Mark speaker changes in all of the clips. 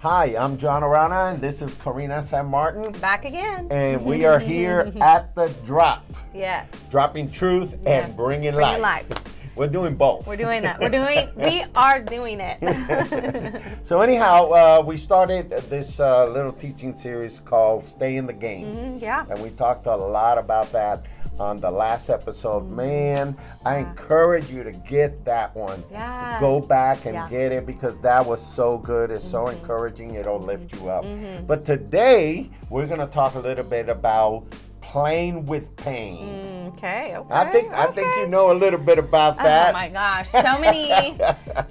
Speaker 1: Hi, I'm John Arana, and this is Karina San Martin,
Speaker 2: Back again.
Speaker 1: and we are here at the drop,
Speaker 2: yeah.
Speaker 1: dropping truth
Speaker 2: Yes,
Speaker 1: and bringing,
Speaker 2: bringing
Speaker 1: life.
Speaker 2: life.
Speaker 1: We're doing both.
Speaker 2: We're doing that. We're doing we are doing it.
Speaker 1: so anyhow, uh, we started this uh, little teaching series called "Stay in the Game."
Speaker 2: Mm, yeah.
Speaker 1: and we talked a lot about that on the last episode.
Speaker 2: Mm.
Speaker 1: Man, I encourage you to get that one.
Speaker 2: Yes.
Speaker 1: Go back and
Speaker 2: Yeah. Mm-hmm.
Speaker 1: get it because that was so good. It's so encouraging. It'll lift you up. But today, we're going to talk a little bit about playing with pain.
Speaker 2: Okay. Mm. Okay.
Speaker 1: I think I think you know a little bit about
Speaker 2: Oh
Speaker 1: that.
Speaker 2: my gosh, so many,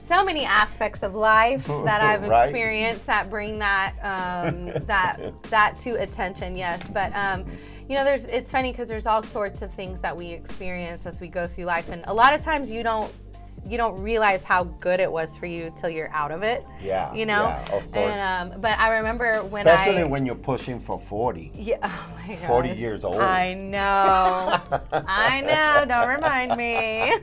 Speaker 2: so many aspects of life that I've
Speaker 1: Right.
Speaker 2: experienced that bring that um, that that to attention. Yes, but um, you know, there's it's funny because there's all sorts of things that we experience as we go through life, and a lot of times you don't you don't realize how good it was for you till you're out of it.
Speaker 1: Yeah,
Speaker 2: you know.
Speaker 1: yeah, of course.
Speaker 2: And, um, but I remember when
Speaker 1: Especially
Speaker 2: I
Speaker 1: when you're pushing for 40.
Speaker 2: yeah, oh my
Speaker 1: 40
Speaker 2: gosh.
Speaker 1: years old.
Speaker 2: I know. I know. Don't remind me.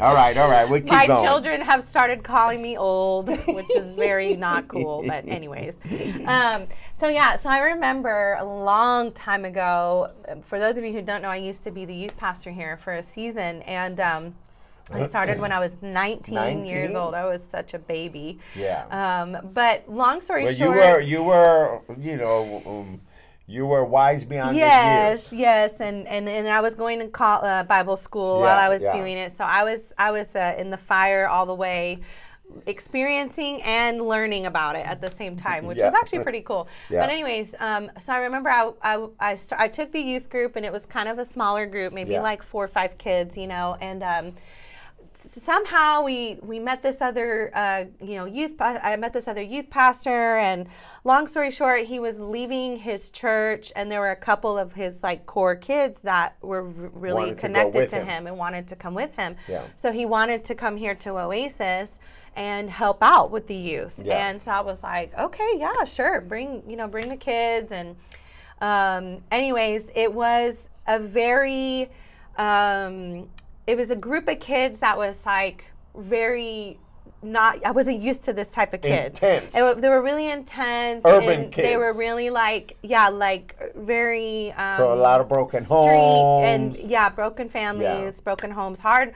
Speaker 1: All right, all right. We keep
Speaker 2: My
Speaker 1: going.
Speaker 2: children have started calling me old, which is very not cool. But anyways, um, so yeah, so I remember a long time ago. For those of you who don't know, I used to be the youth pastor here for a season, and um,
Speaker 1: Uh-huh.
Speaker 2: I started when I was 19,
Speaker 1: 19?
Speaker 2: years old. I was such a baby.
Speaker 1: Yeah.
Speaker 2: Um, but long story
Speaker 1: Well, you
Speaker 2: short,
Speaker 1: were you were you know um, you were wise beyond
Speaker 2: yes
Speaker 1: your years.
Speaker 2: yes and, and and i was going to call, uh, bible school while
Speaker 1: Yeah,
Speaker 2: i was
Speaker 1: yeah.
Speaker 2: doing it so i was i was uh, in the fire all the way experiencing and learning about it at the same time which
Speaker 1: Yeah.
Speaker 2: was actually pretty cool
Speaker 1: Yeah.
Speaker 2: but anyways um, so i remember I, I, I, st- I took the youth group and it was kind of a smaller group maybe
Speaker 1: Yeah.
Speaker 2: like four or five kids you know and um, somehow we we met this other uh, you know youth pa- I met this other youth pastor and long story short he was leaving his church and there were a couple of his like core kids that were r- really
Speaker 1: Wanted to go
Speaker 2: connected
Speaker 1: with
Speaker 2: to,
Speaker 1: him.
Speaker 2: him. and wanted to come with him
Speaker 1: Yeah.
Speaker 2: so he wanted to come here to Oasis and help out with the youth
Speaker 1: Yeah.
Speaker 2: and so I was like okay yeah sure bring you know bring the kids and um, anyways, it was a very, um, it was a group of kids that was like very not. I wasn't used to this type of kid.
Speaker 1: Intense.
Speaker 2: It wa- they were really intense.
Speaker 1: Urban
Speaker 2: and They were
Speaker 1: kids.
Speaker 2: really like yeah, like very. Um,
Speaker 1: For a lot of broken
Speaker 2: street
Speaker 1: homes.
Speaker 2: and yeah, broken families, broken homes, hard,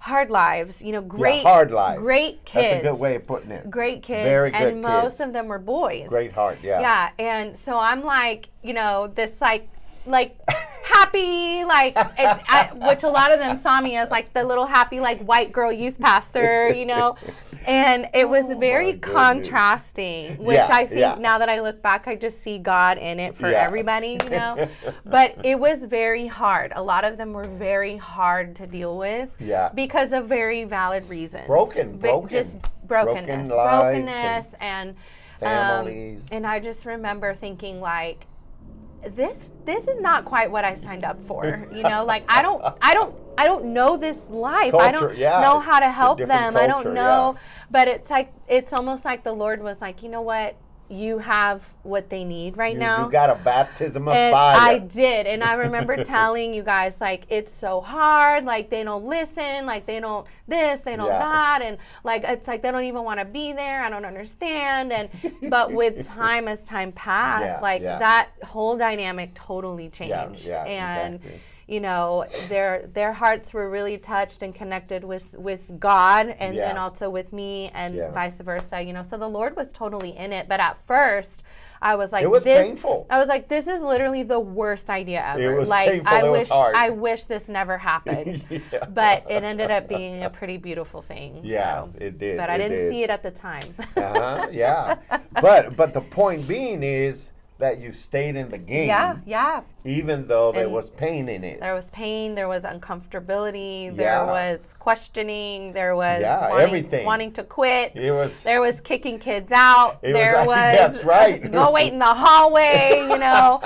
Speaker 2: hard lives. You know, great
Speaker 1: hard lives.
Speaker 2: great kids.
Speaker 1: That's a good way of putting it.
Speaker 2: Great kids.
Speaker 1: Very good
Speaker 2: and most
Speaker 1: kids.
Speaker 2: of them were boys.
Speaker 1: Great heart. Yeah.
Speaker 2: Yeah, and so I'm like, you know, this like, like happy, like, it, I, which a lot of them saw me as like the little happy, like white girl youth pastor, you know, and it was very
Speaker 1: Oh goodness.
Speaker 2: contrasting, which
Speaker 1: Yeah,
Speaker 2: I think
Speaker 1: yeah.
Speaker 2: now that I look back, I just see God in it for
Speaker 1: Yeah.
Speaker 2: everybody, you know, but it was very hard. A lot of them were very hard to deal with,
Speaker 1: Yeah.
Speaker 2: because of very valid reasons,
Speaker 1: Broken,
Speaker 2: But
Speaker 1: broken.
Speaker 2: just
Speaker 1: Broken
Speaker 2: brokenness,
Speaker 1: lives and-
Speaker 2: brokenness, and. um,
Speaker 1: Families.
Speaker 2: and I just remember thinking like this this is not quite what I signed up for. You know, like I don't I don't I don't know this life. I
Speaker 1: Culture,
Speaker 2: don't
Speaker 1: yeah,
Speaker 2: know how to
Speaker 1: it's a
Speaker 2: help
Speaker 1: different
Speaker 2: them. I
Speaker 1: culture,
Speaker 2: don't know but it's like it's almost like the Lord was like, "You know what? You have what they need right
Speaker 1: You,
Speaker 2: now."
Speaker 1: you got a baptism of
Speaker 2: and
Speaker 1: fire.
Speaker 2: I did, and I remember telling you guys like it's so hard, like they don't listen, like they don't this, they don't
Speaker 1: Yeah.
Speaker 2: that, and like it's like they don't even want to be there. I don't understand, and but with time as time passed,
Speaker 1: Yeah,
Speaker 2: like
Speaker 1: yeah.
Speaker 2: that whole dynamic totally changed,
Speaker 1: yeah,
Speaker 2: and.
Speaker 1: exactly.
Speaker 2: You know, their their hearts were really touched and connected with with God, and then
Speaker 1: Yeah.
Speaker 2: also with me, and
Speaker 1: Yeah.
Speaker 2: vice versa. You know, so the Lord was totally in it. But at first, I was like,
Speaker 1: It was
Speaker 2: this,
Speaker 1: painful.
Speaker 2: I was like, this is literally the worst idea ever.
Speaker 1: was
Speaker 2: like
Speaker 1: painful,
Speaker 2: I
Speaker 1: it was
Speaker 2: wish
Speaker 1: hard.
Speaker 2: I wish this never happened.
Speaker 1: Yeah.
Speaker 2: But it ended up being a pretty beautiful thing.
Speaker 1: Yeah,
Speaker 2: so.
Speaker 1: it did.
Speaker 2: But I didn't see it at the time.
Speaker 1: Uh-huh, yeah. But but the point being is that you stayed in the game,
Speaker 2: yeah, yeah.
Speaker 1: even though there was pain in it.
Speaker 2: There was pain, there was uncomfortability,
Speaker 1: Yeah.
Speaker 2: there was questioning, there was
Speaker 1: Yeah,
Speaker 2: wanting,
Speaker 1: everything.
Speaker 2: wanting to quit.
Speaker 1: It was
Speaker 2: There was kicking kids out.
Speaker 1: It was
Speaker 2: there
Speaker 1: like-
Speaker 2: was,
Speaker 1: that's right.
Speaker 2: go wait in the hallway, you know.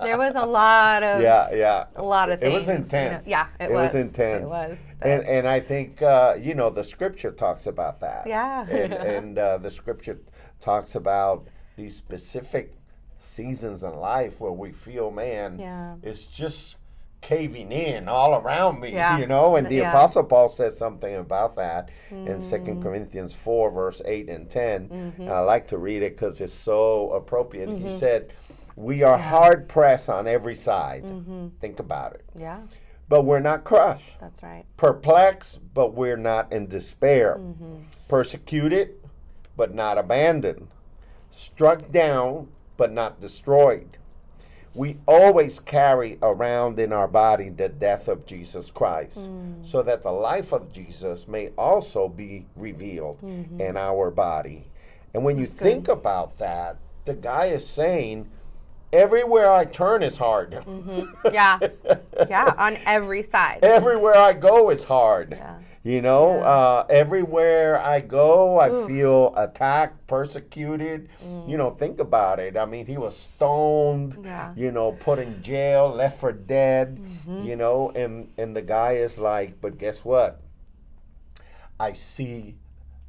Speaker 2: there was a lot of
Speaker 1: yeah, yeah.
Speaker 2: a lot of
Speaker 1: It was
Speaker 2: things, you know.
Speaker 1: intense.
Speaker 2: Yeah, it was. It
Speaker 1: intense.
Speaker 2: was, but-
Speaker 1: And and I think uh, you know the scripture talks about that.
Speaker 2: Yeah.
Speaker 1: And, and uh, the scripture talks about these specific seasons in life where we feel, man,
Speaker 2: Yeah.
Speaker 1: it's just caving in all around me,
Speaker 2: Yeah.
Speaker 1: you know. And the
Speaker 2: Yeah. Mm.
Speaker 1: Apostle Paul says something about that in Second Corinthians 4, verse 8 and 10.
Speaker 2: Mm-hmm.
Speaker 1: And I like to read it because it's so appropriate. He said, We are hard pressed on every side.
Speaker 2: Mm-hmm.
Speaker 1: Think about it.
Speaker 2: Yeah,
Speaker 1: But we're not crushed,
Speaker 2: that's right.
Speaker 1: perplexed, but we're not in despair, persecuted, but not abandoned, struck down, but not destroyed. We always carry around in our body the death of Jesus Christ, so that the life of Jesus may also be revealed in our body. And when you think about that, the guy is saying, Everywhere I turn is hard.
Speaker 2: Yeah, yeah, on every side.
Speaker 1: everywhere I go is hard.
Speaker 2: Yeah.
Speaker 1: You know, uh, everywhere I go, I feel attacked, persecuted.
Speaker 2: Mm.
Speaker 1: You know, think about it. I mean, he was stoned.
Speaker 2: Yeah. Mm-hmm.
Speaker 1: You know, put in jail, left for dead. You know, and and the guy is like, but guess what? I see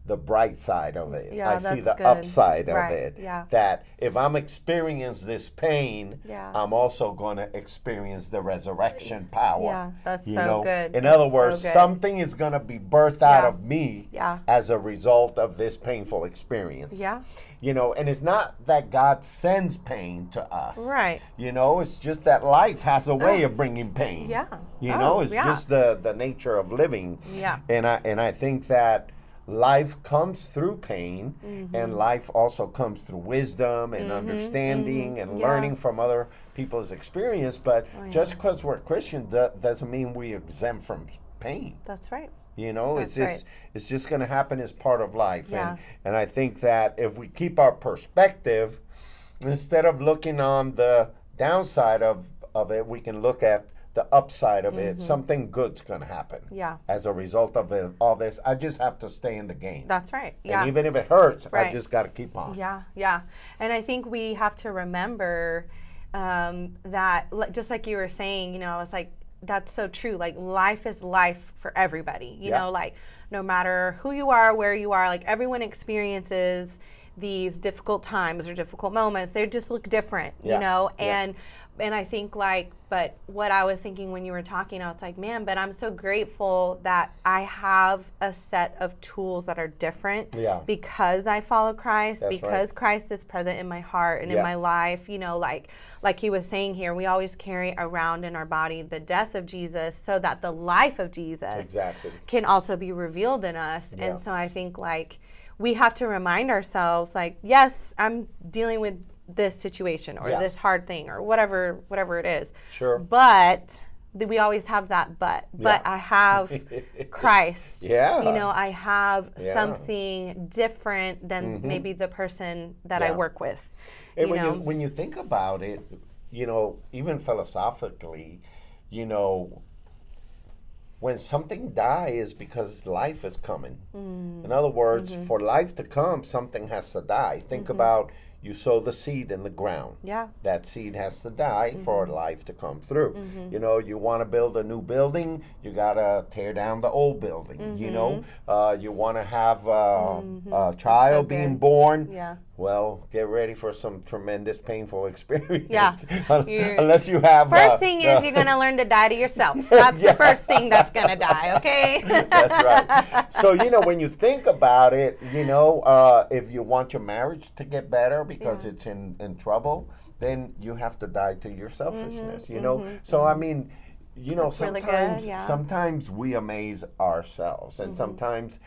Speaker 1: the bright side of it.
Speaker 2: Yeah,
Speaker 1: I see
Speaker 2: that's
Speaker 1: the
Speaker 2: good.
Speaker 1: upside of
Speaker 2: Right,
Speaker 1: it.
Speaker 2: yeah.
Speaker 1: That if I'm experiencing this pain,
Speaker 2: Yeah.
Speaker 1: I'm also going to experience the resurrection power
Speaker 2: Yeah, that's
Speaker 1: you
Speaker 2: so
Speaker 1: know?
Speaker 2: good.
Speaker 1: In
Speaker 2: That's
Speaker 1: other words,
Speaker 2: so good.
Speaker 1: something is going to be birthed out
Speaker 2: Yeah.
Speaker 1: of me
Speaker 2: Yeah.
Speaker 1: as a result of this painful experience.
Speaker 2: Yeah.
Speaker 1: You know, and it's not that God sends pain to us.
Speaker 2: Right. Oh.
Speaker 1: You know, it's just that life has a way of bringing pain.
Speaker 2: Yeah.
Speaker 1: You
Speaker 2: Oh,
Speaker 1: know, it's
Speaker 2: yeah.
Speaker 1: just the the nature of living.
Speaker 2: Yeah.
Speaker 1: And I and I think that life comes through pain
Speaker 2: Mm-hmm.
Speaker 1: and life also comes through wisdom and understanding and
Speaker 2: mm-hmm. Yeah. Oh,
Speaker 1: learning from other people's experience but just because we're christian do- doesn't mean we're exempt from s- pain
Speaker 2: That's right.
Speaker 1: you know it's
Speaker 2: That's
Speaker 1: just it's just going to happen as part of life
Speaker 2: Yeah.
Speaker 1: and and i think that if we keep our perspective instead of looking on the downside of of it we can look at the upside of it something good's going to happen
Speaker 2: Mm-hmm. Yeah,
Speaker 1: as a result of it, all this i just have to stay in the game
Speaker 2: that's right. Yeah.
Speaker 1: and even if it hurts i
Speaker 2: Right.
Speaker 1: just got to keep on
Speaker 2: Yeah, yeah. And I think we have to remember um, that, li- just like you were saying, you know, I was like, that's so true. Like, life is life for everybody, you
Speaker 1: Yeah.
Speaker 2: know, like, no matter who you are, where you are, like, everyone experiences these difficult times or difficult moments. They just look different,
Speaker 1: Yeah,
Speaker 2: you know?
Speaker 1: yeah.
Speaker 2: And, and I think like, but what I was thinking when you were talking, I was like, man, but I'm so grateful that I have a set of tools that are different
Speaker 1: Yeah.
Speaker 2: because I follow Christ,
Speaker 1: That's right.
Speaker 2: because Christ is present in my heart and
Speaker 1: Yeah.
Speaker 2: in my life. You know, like like he was saying here, we always carry around in our body the death of Jesus, so that the life of Jesus
Speaker 1: exactly
Speaker 2: can also be revealed in us.
Speaker 1: Yeah.
Speaker 2: And so I think like we have to remind ourselves like yes, I'm dealing with this situation or
Speaker 1: Yeah.
Speaker 2: this hard thing or whatever whatever it is.
Speaker 1: Sure.
Speaker 2: But th- we always have that but. But
Speaker 1: Yeah.
Speaker 2: I have Christ.
Speaker 1: Yeah.
Speaker 2: You know, I have
Speaker 1: Yeah. Mm-hmm.
Speaker 2: something different than maybe the person that I
Speaker 1: Yeah.
Speaker 2: work with.
Speaker 1: And
Speaker 2: you
Speaker 1: when
Speaker 2: know,
Speaker 1: you when you think about it, you know, even philosophically, you know, when something dies because life is coming.
Speaker 2: Mm.
Speaker 1: In other words,
Speaker 2: Mm-hmm.
Speaker 1: for life to come, something has to die. Think about you sow the seed in the ground.
Speaker 2: yeah, Mm-hmm.
Speaker 1: That seed has to die for life to come through. You know, you want to build a new building, you got to tear down the old building. You know,
Speaker 2: Mm-hmm.
Speaker 1: uh, you want to have uh, a child being
Speaker 2: good.
Speaker 1: born.
Speaker 2: yeah,
Speaker 1: Well, get ready for some tremendous painful experience.
Speaker 2: Yeah.
Speaker 1: Un-
Speaker 2: You're-
Speaker 1: Unless you have.
Speaker 2: First
Speaker 1: uh,
Speaker 2: thing
Speaker 1: uh,
Speaker 2: is you're gonna learn to die to yourself. That's
Speaker 1: Yeah.
Speaker 2: the first thing that's gonna die. Okay.
Speaker 1: That's right. So you know when you think about it, you know uh, if you want your marriage to get better because it's in in trouble, then you have to die to your selfishness. you know. So I mean, you know,
Speaker 2: Mm-hmm, That's really good,
Speaker 1: sometimes
Speaker 2: yeah. Mm-hmm.
Speaker 1: sometimes we amaze ourselves, and sometimes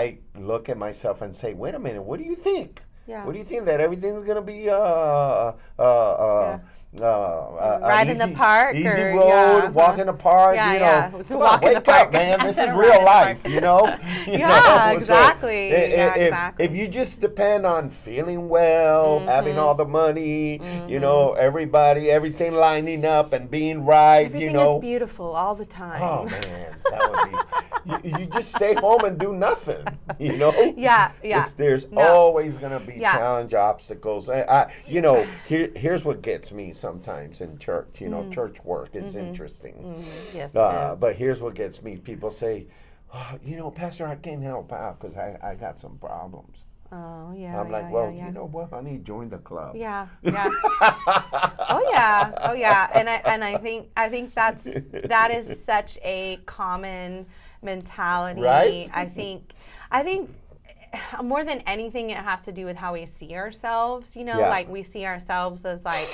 Speaker 1: I look at myself and say, "Wait a minute, what do you think?
Speaker 2: Yeah.
Speaker 1: What do you think that everything's gonna be?" Uh, uh, uh, uh, uh, a
Speaker 2: Ride in the
Speaker 1: easy-
Speaker 2: park
Speaker 1: easy
Speaker 2: or-
Speaker 1: road,
Speaker 2: yeah, uh-huh.
Speaker 1: walk in the park.
Speaker 2: Yeah,
Speaker 1: you know,
Speaker 2: yeah. It's a
Speaker 1: come on,
Speaker 2: walk in the
Speaker 1: wake up,
Speaker 2: park.
Speaker 1: man. This is
Speaker 2: Ride in
Speaker 1: real
Speaker 2: the
Speaker 1: life,
Speaker 2: park.
Speaker 1: you know. You
Speaker 2: Yeah,
Speaker 1: know, so
Speaker 2: exactly.
Speaker 1: i- i-
Speaker 2: Yeah,
Speaker 1: if,
Speaker 2: exactly. Mm-hmm.
Speaker 1: If you just depend on feeling well, having all the money, you know, everybody, everything lining up and being right,
Speaker 2: Everything
Speaker 1: you know.
Speaker 2: is beautiful all the time.
Speaker 1: oh man, that would be. you, you just stay home and do nothing, you know.
Speaker 2: Yeah, yeah.
Speaker 1: It's- there's
Speaker 2: No.
Speaker 1: always gonna be
Speaker 2: Yeah.
Speaker 1: challenge, obstacles. I, I, you know, here, here's what gets me sometimes in church. You know,
Speaker 2: Mm-hmm.
Speaker 1: church work is interesting.
Speaker 2: Yes. it
Speaker 1: Uh,
Speaker 2: is.
Speaker 1: but here's what gets me. People say, "Oh, you know, Pastor, I can't help out because I, I got some problems.
Speaker 2: Oh yeah.
Speaker 1: I'm
Speaker 2: yeah,
Speaker 1: like,
Speaker 2: yeah,
Speaker 1: well,
Speaker 2: yeah.
Speaker 1: you know what, honey, join the club.
Speaker 2: Yeah, yeah. oh yeah, oh yeah. And I and I think I think that's that is such a common mentality.
Speaker 1: Right?
Speaker 2: I think I think more than anything, it has to do with how we see ourselves. You know,
Speaker 1: Yeah.
Speaker 2: like we see ourselves as like,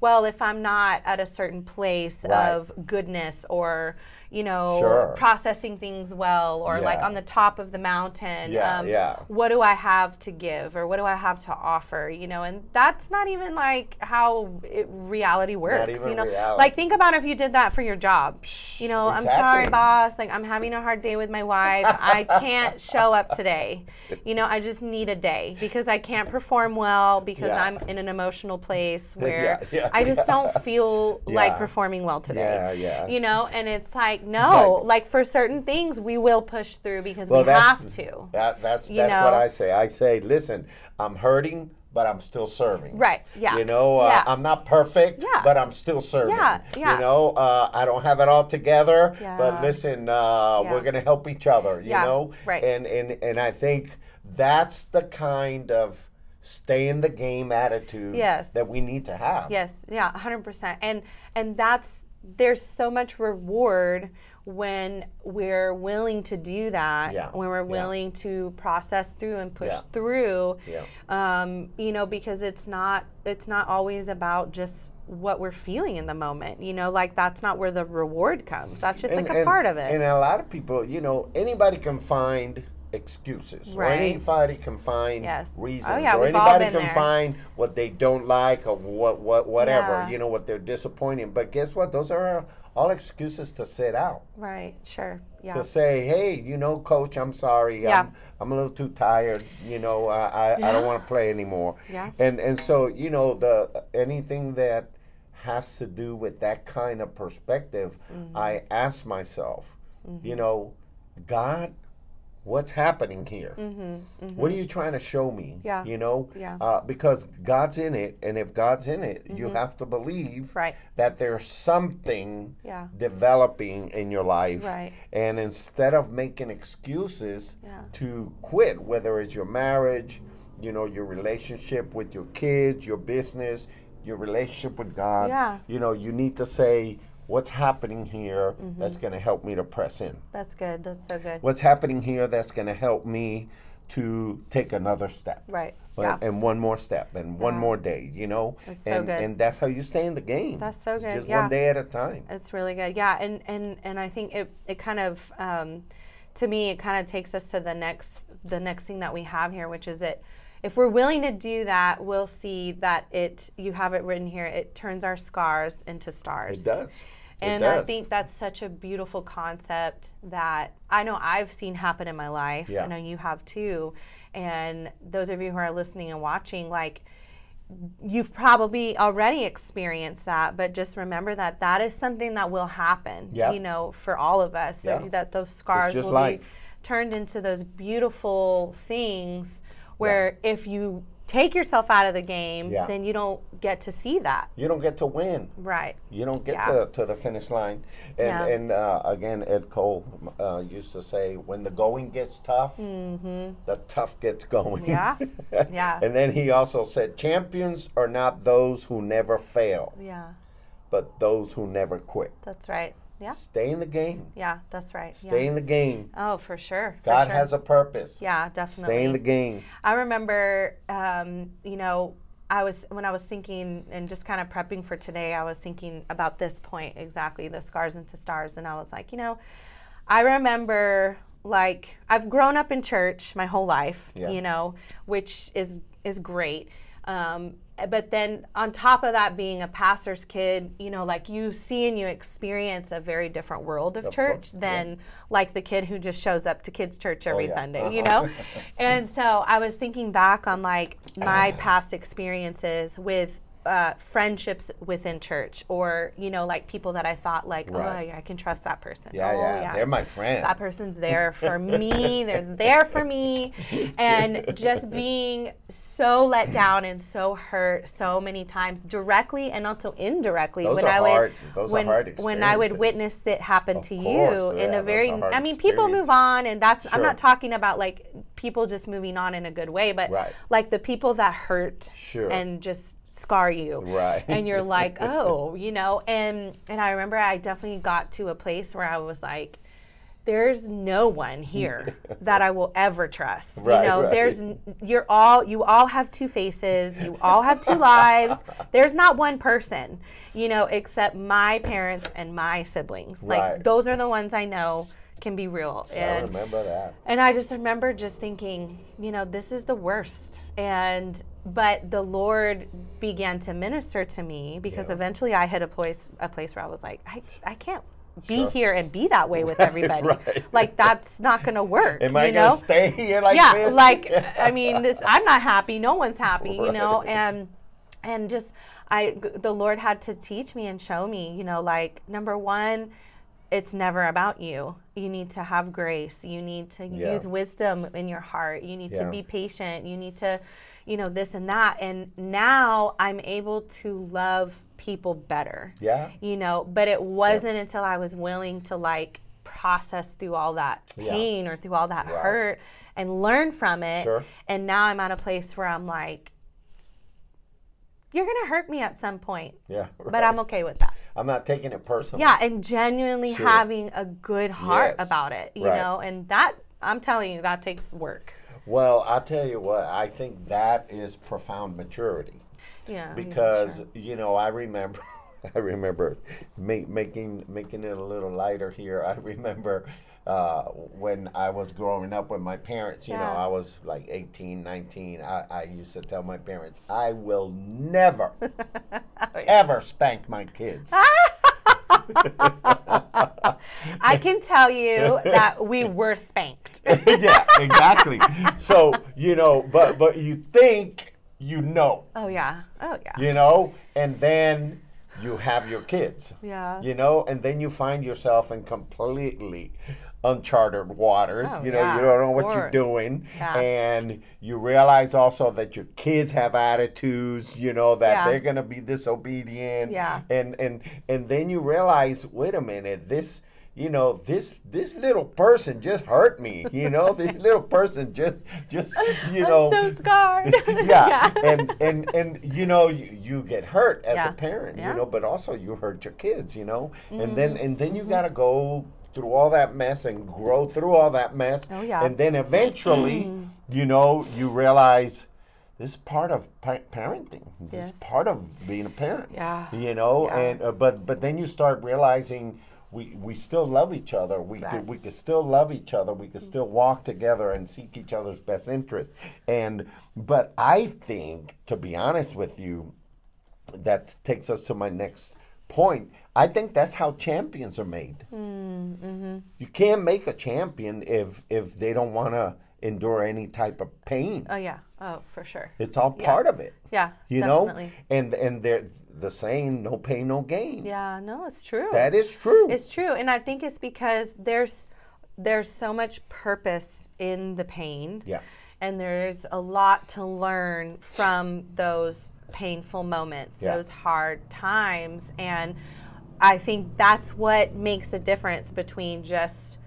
Speaker 2: well, if I'm not at a certain place
Speaker 1: Right.
Speaker 2: of goodness or you know
Speaker 1: Sure.
Speaker 2: processing things well or like
Speaker 1: Yeah.
Speaker 2: on the top of the mountain
Speaker 1: Yeah, yeah.
Speaker 2: um, what do I have to give or what do I have to offer, you know? And that's not even like how it, reality works,
Speaker 1: even
Speaker 2: you know?
Speaker 1: reality.
Speaker 2: Like think about if you did that for your job. You know, I'm sorry,
Speaker 1: exactly.
Speaker 2: boss. Like I'm having a hard day with my wife. I can't show up today. You know, I just need a day because I can't perform well because
Speaker 1: Yeah.
Speaker 2: I'm in an emotional place where
Speaker 1: Yeah, yeah,
Speaker 2: I just
Speaker 1: yeah.
Speaker 2: don't feel like
Speaker 1: Yeah.
Speaker 2: performing well today.
Speaker 1: Yeah, yeah.
Speaker 2: You know, and it's like no, like for certain things we will push through because we have to.
Speaker 1: That, that's
Speaker 2: You
Speaker 1: that's what
Speaker 2: know?
Speaker 1: I say. I say, listen, I'm hurting, but I'm still serving.
Speaker 2: Right, yeah.
Speaker 1: You know, uh,
Speaker 2: Yeah.
Speaker 1: I'm not perfect,
Speaker 2: Yeah.
Speaker 1: but I'm still serving.
Speaker 2: Yeah, yeah.
Speaker 1: You know, uh, I don't have it all together,
Speaker 2: Yeah.
Speaker 1: but listen, uh, we're
Speaker 2: Yeah.
Speaker 1: gonna help each other. You
Speaker 2: Yeah,
Speaker 1: know,
Speaker 2: right.
Speaker 1: And and and I think that's the kind of stay in the game attitude
Speaker 2: Yes.
Speaker 1: that we need to have.
Speaker 2: Yes, yeah, 100%. And and that's there's so much reward when we're willing to do that.
Speaker 1: Yeah,
Speaker 2: When we're
Speaker 1: yeah.
Speaker 2: willing to process through and push
Speaker 1: Yeah.
Speaker 2: through.
Speaker 1: Yeah.
Speaker 2: Um, you know, because it's not it's not always about just what we're feeling in the moment. You know, like that's not where the reward comes. That's just like a part of it.
Speaker 1: And a lot of people, you know, anybody can find excuses,
Speaker 2: Right.
Speaker 1: or anybody can find
Speaker 2: Yes. Oh,
Speaker 1: reasons,
Speaker 2: yeah,
Speaker 1: or
Speaker 2: we've all
Speaker 1: anybody
Speaker 2: been
Speaker 1: can
Speaker 2: there.
Speaker 1: find what they don't like or what what whatever,
Speaker 2: Yeah.
Speaker 1: you know, what they're disappointing. But guess what? Those are all excuses to sit out.
Speaker 2: right. Sure. Yeah.
Speaker 1: To say, hey, you know, coach, I'm sorry,
Speaker 2: Yeah.
Speaker 1: I'm, I'm a little too tired. You know, I, I, I don't
Speaker 2: Yeah.
Speaker 1: want to play anymore.
Speaker 2: Yeah.
Speaker 1: And and so you know the anything that has to do with that kind of perspective,
Speaker 2: Mm-hmm.
Speaker 1: I ask myself, you know, God, what's happening here?
Speaker 2: mm-hmm.
Speaker 1: What are you trying to show me?
Speaker 2: Yeah.
Speaker 1: You know,
Speaker 2: Yeah. Mm-hmm.
Speaker 1: uh, because God's in it, and if God's in it, you have to believe
Speaker 2: Right.
Speaker 1: that there's something
Speaker 2: Yeah.
Speaker 1: developing in your life.
Speaker 2: Right.
Speaker 1: And instead of making excuses
Speaker 2: Yeah.
Speaker 1: to quit, whether it's your marriage, you know, your relationship with your kids, your business, your relationship with God,
Speaker 2: Yeah.
Speaker 1: you know, you need to say, what's happening here
Speaker 2: Mm-hmm.
Speaker 1: that's going to help me to press in?
Speaker 2: That's good. That's so good.
Speaker 1: What's happening here that's going to help me to take another step?
Speaker 2: Right.
Speaker 1: But-
Speaker 2: yeah.
Speaker 1: And one more step and one more day, you know?
Speaker 2: That's so
Speaker 1: and,
Speaker 2: good.
Speaker 1: and that's how you stay in the game.
Speaker 2: That's so good,
Speaker 1: Just
Speaker 2: yeah.
Speaker 1: one day at a time.
Speaker 2: It's really good. Yeah, and and and I think it it kind of um, to me it kind of takes us to the next the next thing that we have here, which is it. If we're willing to do that, we'll see that it. You have it written here. It turns our scars into stars.
Speaker 1: It does. It
Speaker 2: And I
Speaker 1: does.
Speaker 2: think that's such a beautiful concept that I know I've seen happen in my life.
Speaker 1: Yeah.
Speaker 2: I know you have too. And those of you who are listening and watching, like, you've probably already experienced that, but just remember that that is something that will happen,
Speaker 1: Yeah.
Speaker 2: you know, for all of us. So
Speaker 1: Yeah.
Speaker 2: That those scars
Speaker 1: just
Speaker 2: will be
Speaker 1: life.
Speaker 2: turned into those beautiful things where if you take yourself out of the game,
Speaker 1: Yeah.
Speaker 2: then you don't get to see that.
Speaker 1: You don't get to win.
Speaker 2: Right.
Speaker 1: You don't get
Speaker 2: Yeah.
Speaker 1: to, to the finish line. And,
Speaker 2: Yeah.
Speaker 1: and uh, again, Ed Cole uh, used to say, when the going gets tough, the tough gets going.
Speaker 2: Mm-hmm. Yeah. Yeah.
Speaker 1: and then he also said, champions are not those who never fail,
Speaker 2: Yeah.
Speaker 1: but those who never quit.
Speaker 2: That's right. Yeah.
Speaker 1: Stay in the game.
Speaker 2: Yeah, that's right. Yeah.
Speaker 1: Stay in the game.
Speaker 2: Oh, for sure. for
Speaker 1: God
Speaker 2: sure.
Speaker 1: has a purpose.
Speaker 2: Yeah, definitely.
Speaker 1: Stay in the game.
Speaker 2: I remember, um, you know, I was when I was thinking and just kind of prepping for today. I was thinking about this point exactly, the scars into stars, and I was like, you know, I remember like I've grown up in church my whole life,
Speaker 1: Yeah.
Speaker 2: you know, which is is great. Um, but then on top of that, being a pastor's kid, you know, like you see and you experience a very different world of, church
Speaker 1: course, yeah.
Speaker 2: than like the kid who just shows up to kids' church every
Speaker 1: yeah.
Speaker 2: Sunday, you
Speaker 1: Uh-huh.
Speaker 2: know?
Speaker 1: Uh.
Speaker 2: and so I was thinking back on like my past experiences with uh, friendships within church, or you know, like people that I thought like, oh,
Speaker 1: Right.
Speaker 2: yeah, I can trust that person.
Speaker 1: Yeah,
Speaker 2: oh,
Speaker 1: yeah, They're my friend.
Speaker 2: that person's there for me. They're there for me. And just being so let down and so hurt so many times, directly and also indirectly,
Speaker 1: Those
Speaker 2: when
Speaker 1: are
Speaker 2: I would
Speaker 1: hard- those are
Speaker 2: when
Speaker 1: hard
Speaker 2: when I would
Speaker 1: experiences.
Speaker 2: witness it happen to you
Speaker 1: course, yeah,
Speaker 2: in
Speaker 1: those
Speaker 2: a
Speaker 1: are
Speaker 2: very.
Speaker 1: hard
Speaker 2: I mean, people move on, and that's. I'm
Speaker 1: Sure.
Speaker 2: not talking about like people just moving on in a good way, but
Speaker 1: Right.
Speaker 2: like the people that hurt
Speaker 1: Sure.
Speaker 2: and just scar you
Speaker 1: Right.
Speaker 2: and you're like oh you know and and i remember i definitely got to a place where i was like there's no one here that i will ever trust
Speaker 1: Right,
Speaker 2: you know
Speaker 1: right.
Speaker 2: there's n- you're all you all have two faces you all have two lives there's not one person you know except my parents and my siblings
Speaker 1: Right.
Speaker 2: like those are the ones i know can be real
Speaker 1: I
Speaker 2: and
Speaker 1: remember that.
Speaker 2: and I just remember just thinking, you know, this is the worst. And but the Lord began to minister to me because
Speaker 1: Yeah.
Speaker 2: eventually I hit a place a place where I was like, I, I can't be
Speaker 1: Sure.
Speaker 2: here and be that way with everybody.
Speaker 1: right.
Speaker 2: Like that's not gonna work.
Speaker 1: Am
Speaker 2: you
Speaker 1: I
Speaker 2: know?
Speaker 1: gonna stay here like
Speaker 2: yeah,
Speaker 1: this?
Speaker 2: like I mean, this I'm not happy. No one's happy, you know.
Speaker 1: Right.
Speaker 2: And and just I g- the Lord had to teach me and show me, you know, like number one, it's never about you. You need to have grace. You need to
Speaker 1: Yeah.
Speaker 2: use wisdom in your heart. You need
Speaker 1: Yeah.
Speaker 2: to be patient. You need to, you know, this and that. And now I'm able to love people better
Speaker 1: yeah.
Speaker 2: you know but it wasn't until i was willing to like process through all that
Speaker 1: Yeah.
Speaker 2: pain or through all that
Speaker 1: Right.
Speaker 2: hurt and learn from it
Speaker 1: Sure.
Speaker 2: and now i'm at a place where i'm like you're gonna hurt me at some point
Speaker 1: Yeah.
Speaker 2: but i'm okay with that
Speaker 1: I'm not taking it personally.
Speaker 2: yeah and genuinely
Speaker 1: Sure.
Speaker 2: having a good heart
Speaker 1: Yes.
Speaker 2: about it you
Speaker 1: Right.
Speaker 2: know and that i'm telling you that takes work
Speaker 1: Well, I'll tell you what, I think that is profound maturity.
Speaker 2: yeah I'm
Speaker 1: because
Speaker 2: Mm, sure.
Speaker 1: you know I remember I remember make, making making it a little lighter here. I remember uh, when I was growing up with my parents, you know,
Speaker 2: Yeah.
Speaker 1: I was like 18, 19. I, I used to tell my parents, I will never,
Speaker 2: Oh,
Speaker 1: ever spank my kids.
Speaker 2: i can tell you that we were spanked
Speaker 1: yeah, exactly. so, you know, but but you think you know,
Speaker 2: oh yeah oh yeah
Speaker 1: you know, and then you have your kids.
Speaker 2: yeah
Speaker 1: you know, and then you find yourself in completely uncharted waters.
Speaker 2: Oh,
Speaker 1: you know,
Speaker 2: yeah,
Speaker 1: you don't know
Speaker 2: of
Speaker 1: what you're
Speaker 2: course.
Speaker 1: doing,
Speaker 2: Yeah.
Speaker 1: and you realize also that your kids have attitudes. You know that
Speaker 2: Yeah.
Speaker 1: they're gonna be disobedient.
Speaker 2: Yeah.
Speaker 1: and and and then you realize, wait a minute, this. You know this this little person just hurt me. You know this little person just just you know
Speaker 2: I'm so scarred.
Speaker 1: yeah. and and and you know you, you get hurt as
Speaker 2: Yeah.
Speaker 1: a parent
Speaker 2: Yeah. Mm-hmm.
Speaker 1: you know but also you hurt your kids you know and then and then you got to go through all that mess and grow through all that mess
Speaker 2: Oh, yeah. Mm.
Speaker 1: and then eventually you know you realize this is part of pa- parenting this
Speaker 2: Yes.
Speaker 1: is part of being a parent
Speaker 2: Yeah.
Speaker 1: you know
Speaker 2: Yeah.
Speaker 1: and uh, but but then you start realizing we, we still love each other. We
Speaker 2: Right.
Speaker 1: could, we could still love each other. We could still walk together and seek each other's best interest. And but I think, to be honest with you, that takes us to my next point. I think that's how champions are made.
Speaker 2: Mm, mm-hmm.
Speaker 1: You can't make a champion if if they don't want to endure any type of pain.
Speaker 2: Oh yeah. Oh, for sure.
Speaker 1: It's all part of it.
Speaker 2: Yeah.
Speaker 1: You
Speaker 2: definitely.
Speaker 1: know, and and they're the saying, "No pain, no gain."
Speaker 2: Yeah. No, it's true.
Speaker 1: That is true.
Speaker 2: it's true, and I think it's because there's there's so much purpose in the pain.
Speaker 1: Yeah.
Speaker 2: And there's a lot to learn from those painful moments,
Speaker 1: Yeah.
Speaker 2: those hard times, and I think that's what makes a difference between just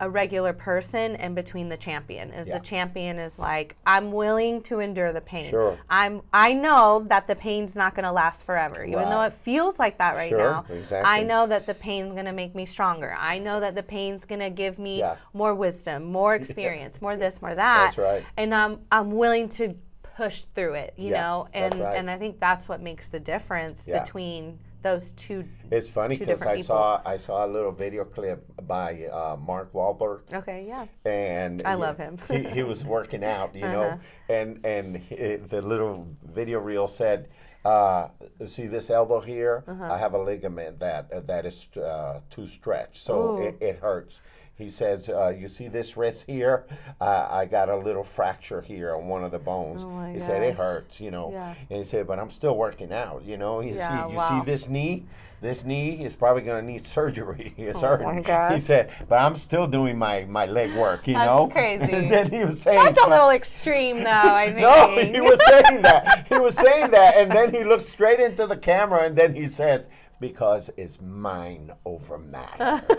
Speaker 2: a regular person and between the champion is
Speaker 1: Yeah.
Speaker 2: the champion is like i'm willing to endure the pain
Speaker 1: Sure.
Speaker 2: i'm i know that the pain's not going to last forever even though
Speaker 1: Right.
Speaker 2: it feels like that right
Speaker 1: Sure,
Speaker 2: now i
Speaker 1: exactly.
Speaker 2: know that the pain's going to make me stronger i know that the pain's going to give me
Speaker 1: Yeah.
Speaker 2: more wisdom more experience more this more that
Speaker 1: That's right.
Speaker 2: and i'm i'm willing to push through it you
Speaker 1: Yeah,
Speaker 2: know and
Speaker 1: that's right.
Speaker 2: and i think that's what makes the difference
Speaker 1: Yeah.
Speaker 2: between those two
Speaker 1: It's funny
Speaker 2: Two
Speaker 1: because
Speaker 2: different
Speaker 1: I saw I saw a little video clip by uh, Mark Wahlberg,
Speaker 2: okay yeah
Speaker 1: and
Speaker 2: I
Speaker 1: he-
Speaker 2: love him. Uh-huh.
Speaker 1: he, he was working out, you know, and and he, the little video reel said, uh, "See this elbow
Speaker 2: Uh-huh.
Speaker 1: here? I have a ligament that that is uh, too stretched, so
Speaker 2: Ooh.
Speaker 1: it, it hurts." He says, uh, "You see this wrist here? Uh, I got a little fracture here on one of the bones."
Speaker 2: Oh my
Speaker 1: he said, "It
Speaker 2: gosh.
Speaker 1: hurts, you know."
Speaker 2: Yeah.
Speaker 1: And he said, "But I'm still working out, you know." You
Speaker 2: Yeah,
Speaker 1: see, you
Speaker 2: wow.
Speaker 1: see this knee? This knee is probably going to need surgery. it's
Speaker 2: Oh my
Speaker 1: hurting. He
Speaker 2: gosh.
Speaker 1: said, "But I'm still doing my my leg work, you
Speaker 2: That's
Speaker 1: know."
Speaker 2: crazy.
Speaker 1: and then he was saying,
Speaker 2: That's a little extreme, though. I think.
Speaker 1: no, he was saying that. He was saying that, and then he looks straight into the camera, and then he says, "Because it's mine over matter."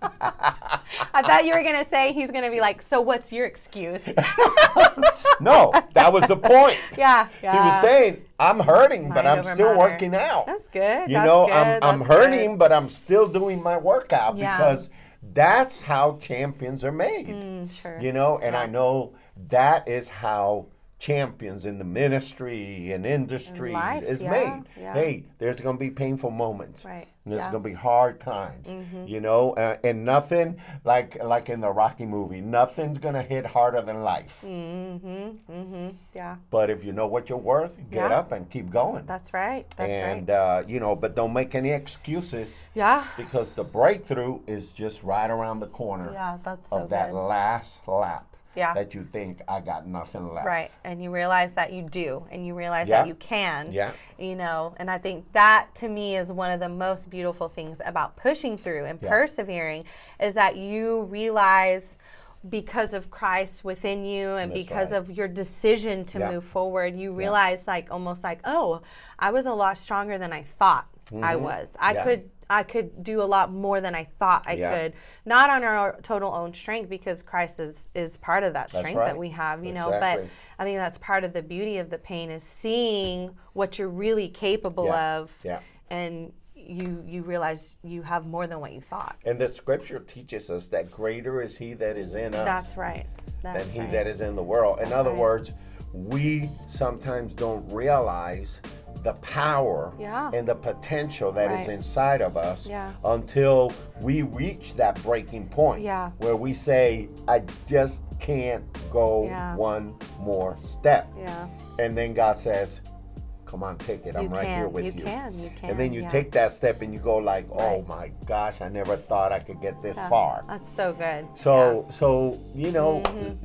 Speaker 2: I thought you were gonna say he's gonna be like, so what's your excuse?
Speaker 1: no, that was the point.
Speaker 2: yeah, yeah.
Speaker 1: He was saying, "I'm hurting, but
Speaker 2: Mind
Speaker 1: I'm
Speaker 2: over
Speaker 1: still
Speaker 2: matter.
Speaker 1: working out."
Speaker 2: That's good.
Speaker 1: you
Speaker 2: that's
Speaker 1: know,
Speaker 2: good,
Speaker 1: I'm I'm
Speaker 2: that's
Speaker 1: hurting,
Speaker 2: good.
Speaker 1: but I'm still doing my workout
Speaker 2: Yeah.
Speaker 1: because that's how champions are made.
Speaker 2: Mm, sure.
Speaker 1: You know, and I know that is how champions in the ministry and industry
Speaker 2: life,
Speaker 1: is
Speaker 2: yeah,
Speaker 1: made.
Speaker 2: yeah.
Speaker 1: Hey, there's going to be painful moments.
Speaker 2: Right,
Speaker 1: And there's
Speaker 2: yeah. Mm-hmm.
Speaker 1: going to be hard times. You know, uh, and nothing like like in the Rocky movie, nothing's going to hit harder than life.
Speaker 2: mm-hmm. Mm-hmm. Yeah.
Speaker 1: But if you know what you're worth, get
Speaker 2: Yeah.
Speaker 1: up and keep going.
Speaker 2: That's right. That's
Speaker 1: and
Speaker 2: right.
Speaker 1: uh, you know, but don't make any excuses
Speaker 2: Yeah.
Speaker 1: because the breakthrough is just right around the corner
Speaker 2: Yeah. That's so
Speaker 1: of that
Speaker 2: good.
Speaker 1: last lap
Speaker 2: Yeah.
Speaker 1: that you think I got nothing left.
Speaker 2: Right. And you realize that you do, and you realize
Speaker 1: Yeah.
Speaker 2: that you can.
Speaker 1: Yeah.
Speaker 2: You know, and I think that to me is one of the most beautiful things about pushing through and
Speaker 1: Yeah.
Speaker 2: persevering is that you realize because of Christ within you and
Speaker 1: That's
Speaker 2: because
Speaker 1: right.
Speaker 2: of your decision to
Speaker 1: Yeah.
Speaker 2: move forward, you realize like almost like, oh, I was a lot stronger than I thought I was. I
Speaker 1: Mm-hmm. Yeah.
Speaker 2: could I could do a lot more than I thought I
Speaker 1: Yeah.
Speaker 2: could, not on our total own strength because Christ is is part of that strength
Speaker 1: right.
Speaker 2: that we have, you know.
Speaker 1: Exactly.
Speaker 2: But I think that's part of the beauty of the pain is seeing what you're really capable
Speaker 1: Yeah,
Speaker 2: of,
Speaker 1: yeah.
Speaker 2: and you you realize you have more than what you thought.
Speaker 1: And the scripture teaches us that greater is he that is in us
Speaker 2: That's right. That's
Speaker 1: than he
Speaker 2: right.
Speaker 1: that is in the world. In other
Speaker 2: right.
Speaker 1: words, we sometimes don't realize the power
Speaker 2: Yeah.
Speaker 1: and the potential that is
Speaker 2: Right.
Speaker 1: inside of us
Speaker 2: Yeah.
Speaker 1: until we reach that breaking point
Speaker 2: Yeah.
Speaker 1: where we say, I just can't go
Speaker 2: Yeah.
Speaker 1: one more step.
Speaker 2: yeah,
Speaker 1: And then God says, Come on, take it. I'm
Speaker 2: you
Speaker 1: right
Speaker 2: can.
Speaker 1: here with you.
Speaker 2: you can. You can.
Speaker 1: and then you
Speaker 2: yeah.
Speaker 1: take that step and you go like, "Oh
Speaker 2: Right.
Speaker 1: my gosh, I never thought I could get this
Speaker 2: Yeah. Uh,
Speaker 1: far."
Speaker 2: That's so good.
Speaker 1: So, so you know,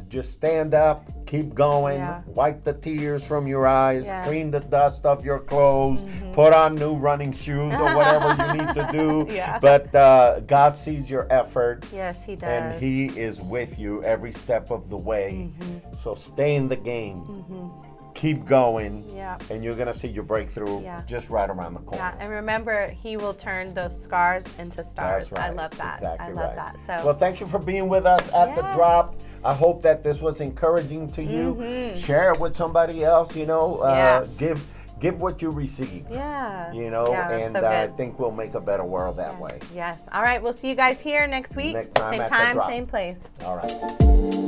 Speaker 1: just stand up, keep going,
Speaker 2: Mm-hmm. Yeah.
Speaker 1: wipe the tears from your eyes,
Speaker 2: Yeah. Mm-hmm.
Speaker 1: clean the dust off your clothes, put on new running shoes or whatever you need to do.
Speaker 2: Yeah.
Speaker 1: But uh, God sees your effort.
Speaker 2: Yeah. yes, Mm-hmm. he does.
Speaker 1: And he is with you every step of the way. So stay in the game. Keep going.
Speaker 2: Yeah.
Speaker 1: And you're going to see your breakthrough
Speaker 2: Mm-hmm. Yeah.
Speaker 1: just right around the corner.
Speaker 2: Yeah, and remember, he will turn those scars into stars.
Speaker 1: That's right.
Speaker 2: I love that.
Speaker 1: Exactly
Speaker 2: I love
Speaker 1: right.
Speaker 2: that. So
Speaker 1: well, thank you for being with us at the
Speaker 2: Yes.
Speaker 1: drop. I hope that this was encouraging to you. Share it with somebody else. You know, uh,
Speaker 2: Mm-hmm. Yeah.
Speaker 1: give give what you receive.
Speaker 2: yeah,
Speaker 1: You know,
Speaker 2: yeah, that's
Speaker 1: and
Speaker 2: so
Speaker 1: uh, I
Speaker 2: good.
Speaker 1: think we'll make a better world that way.
Speaker 2: Yes. All right. We'll see you guys here next week.
Speaker 1: Next time
Speaker 2: same
Speaker 1: at the
Speaker 2: time,
Speaker 1: drop.
Speaker 2: same place.
Speaker 1: All right.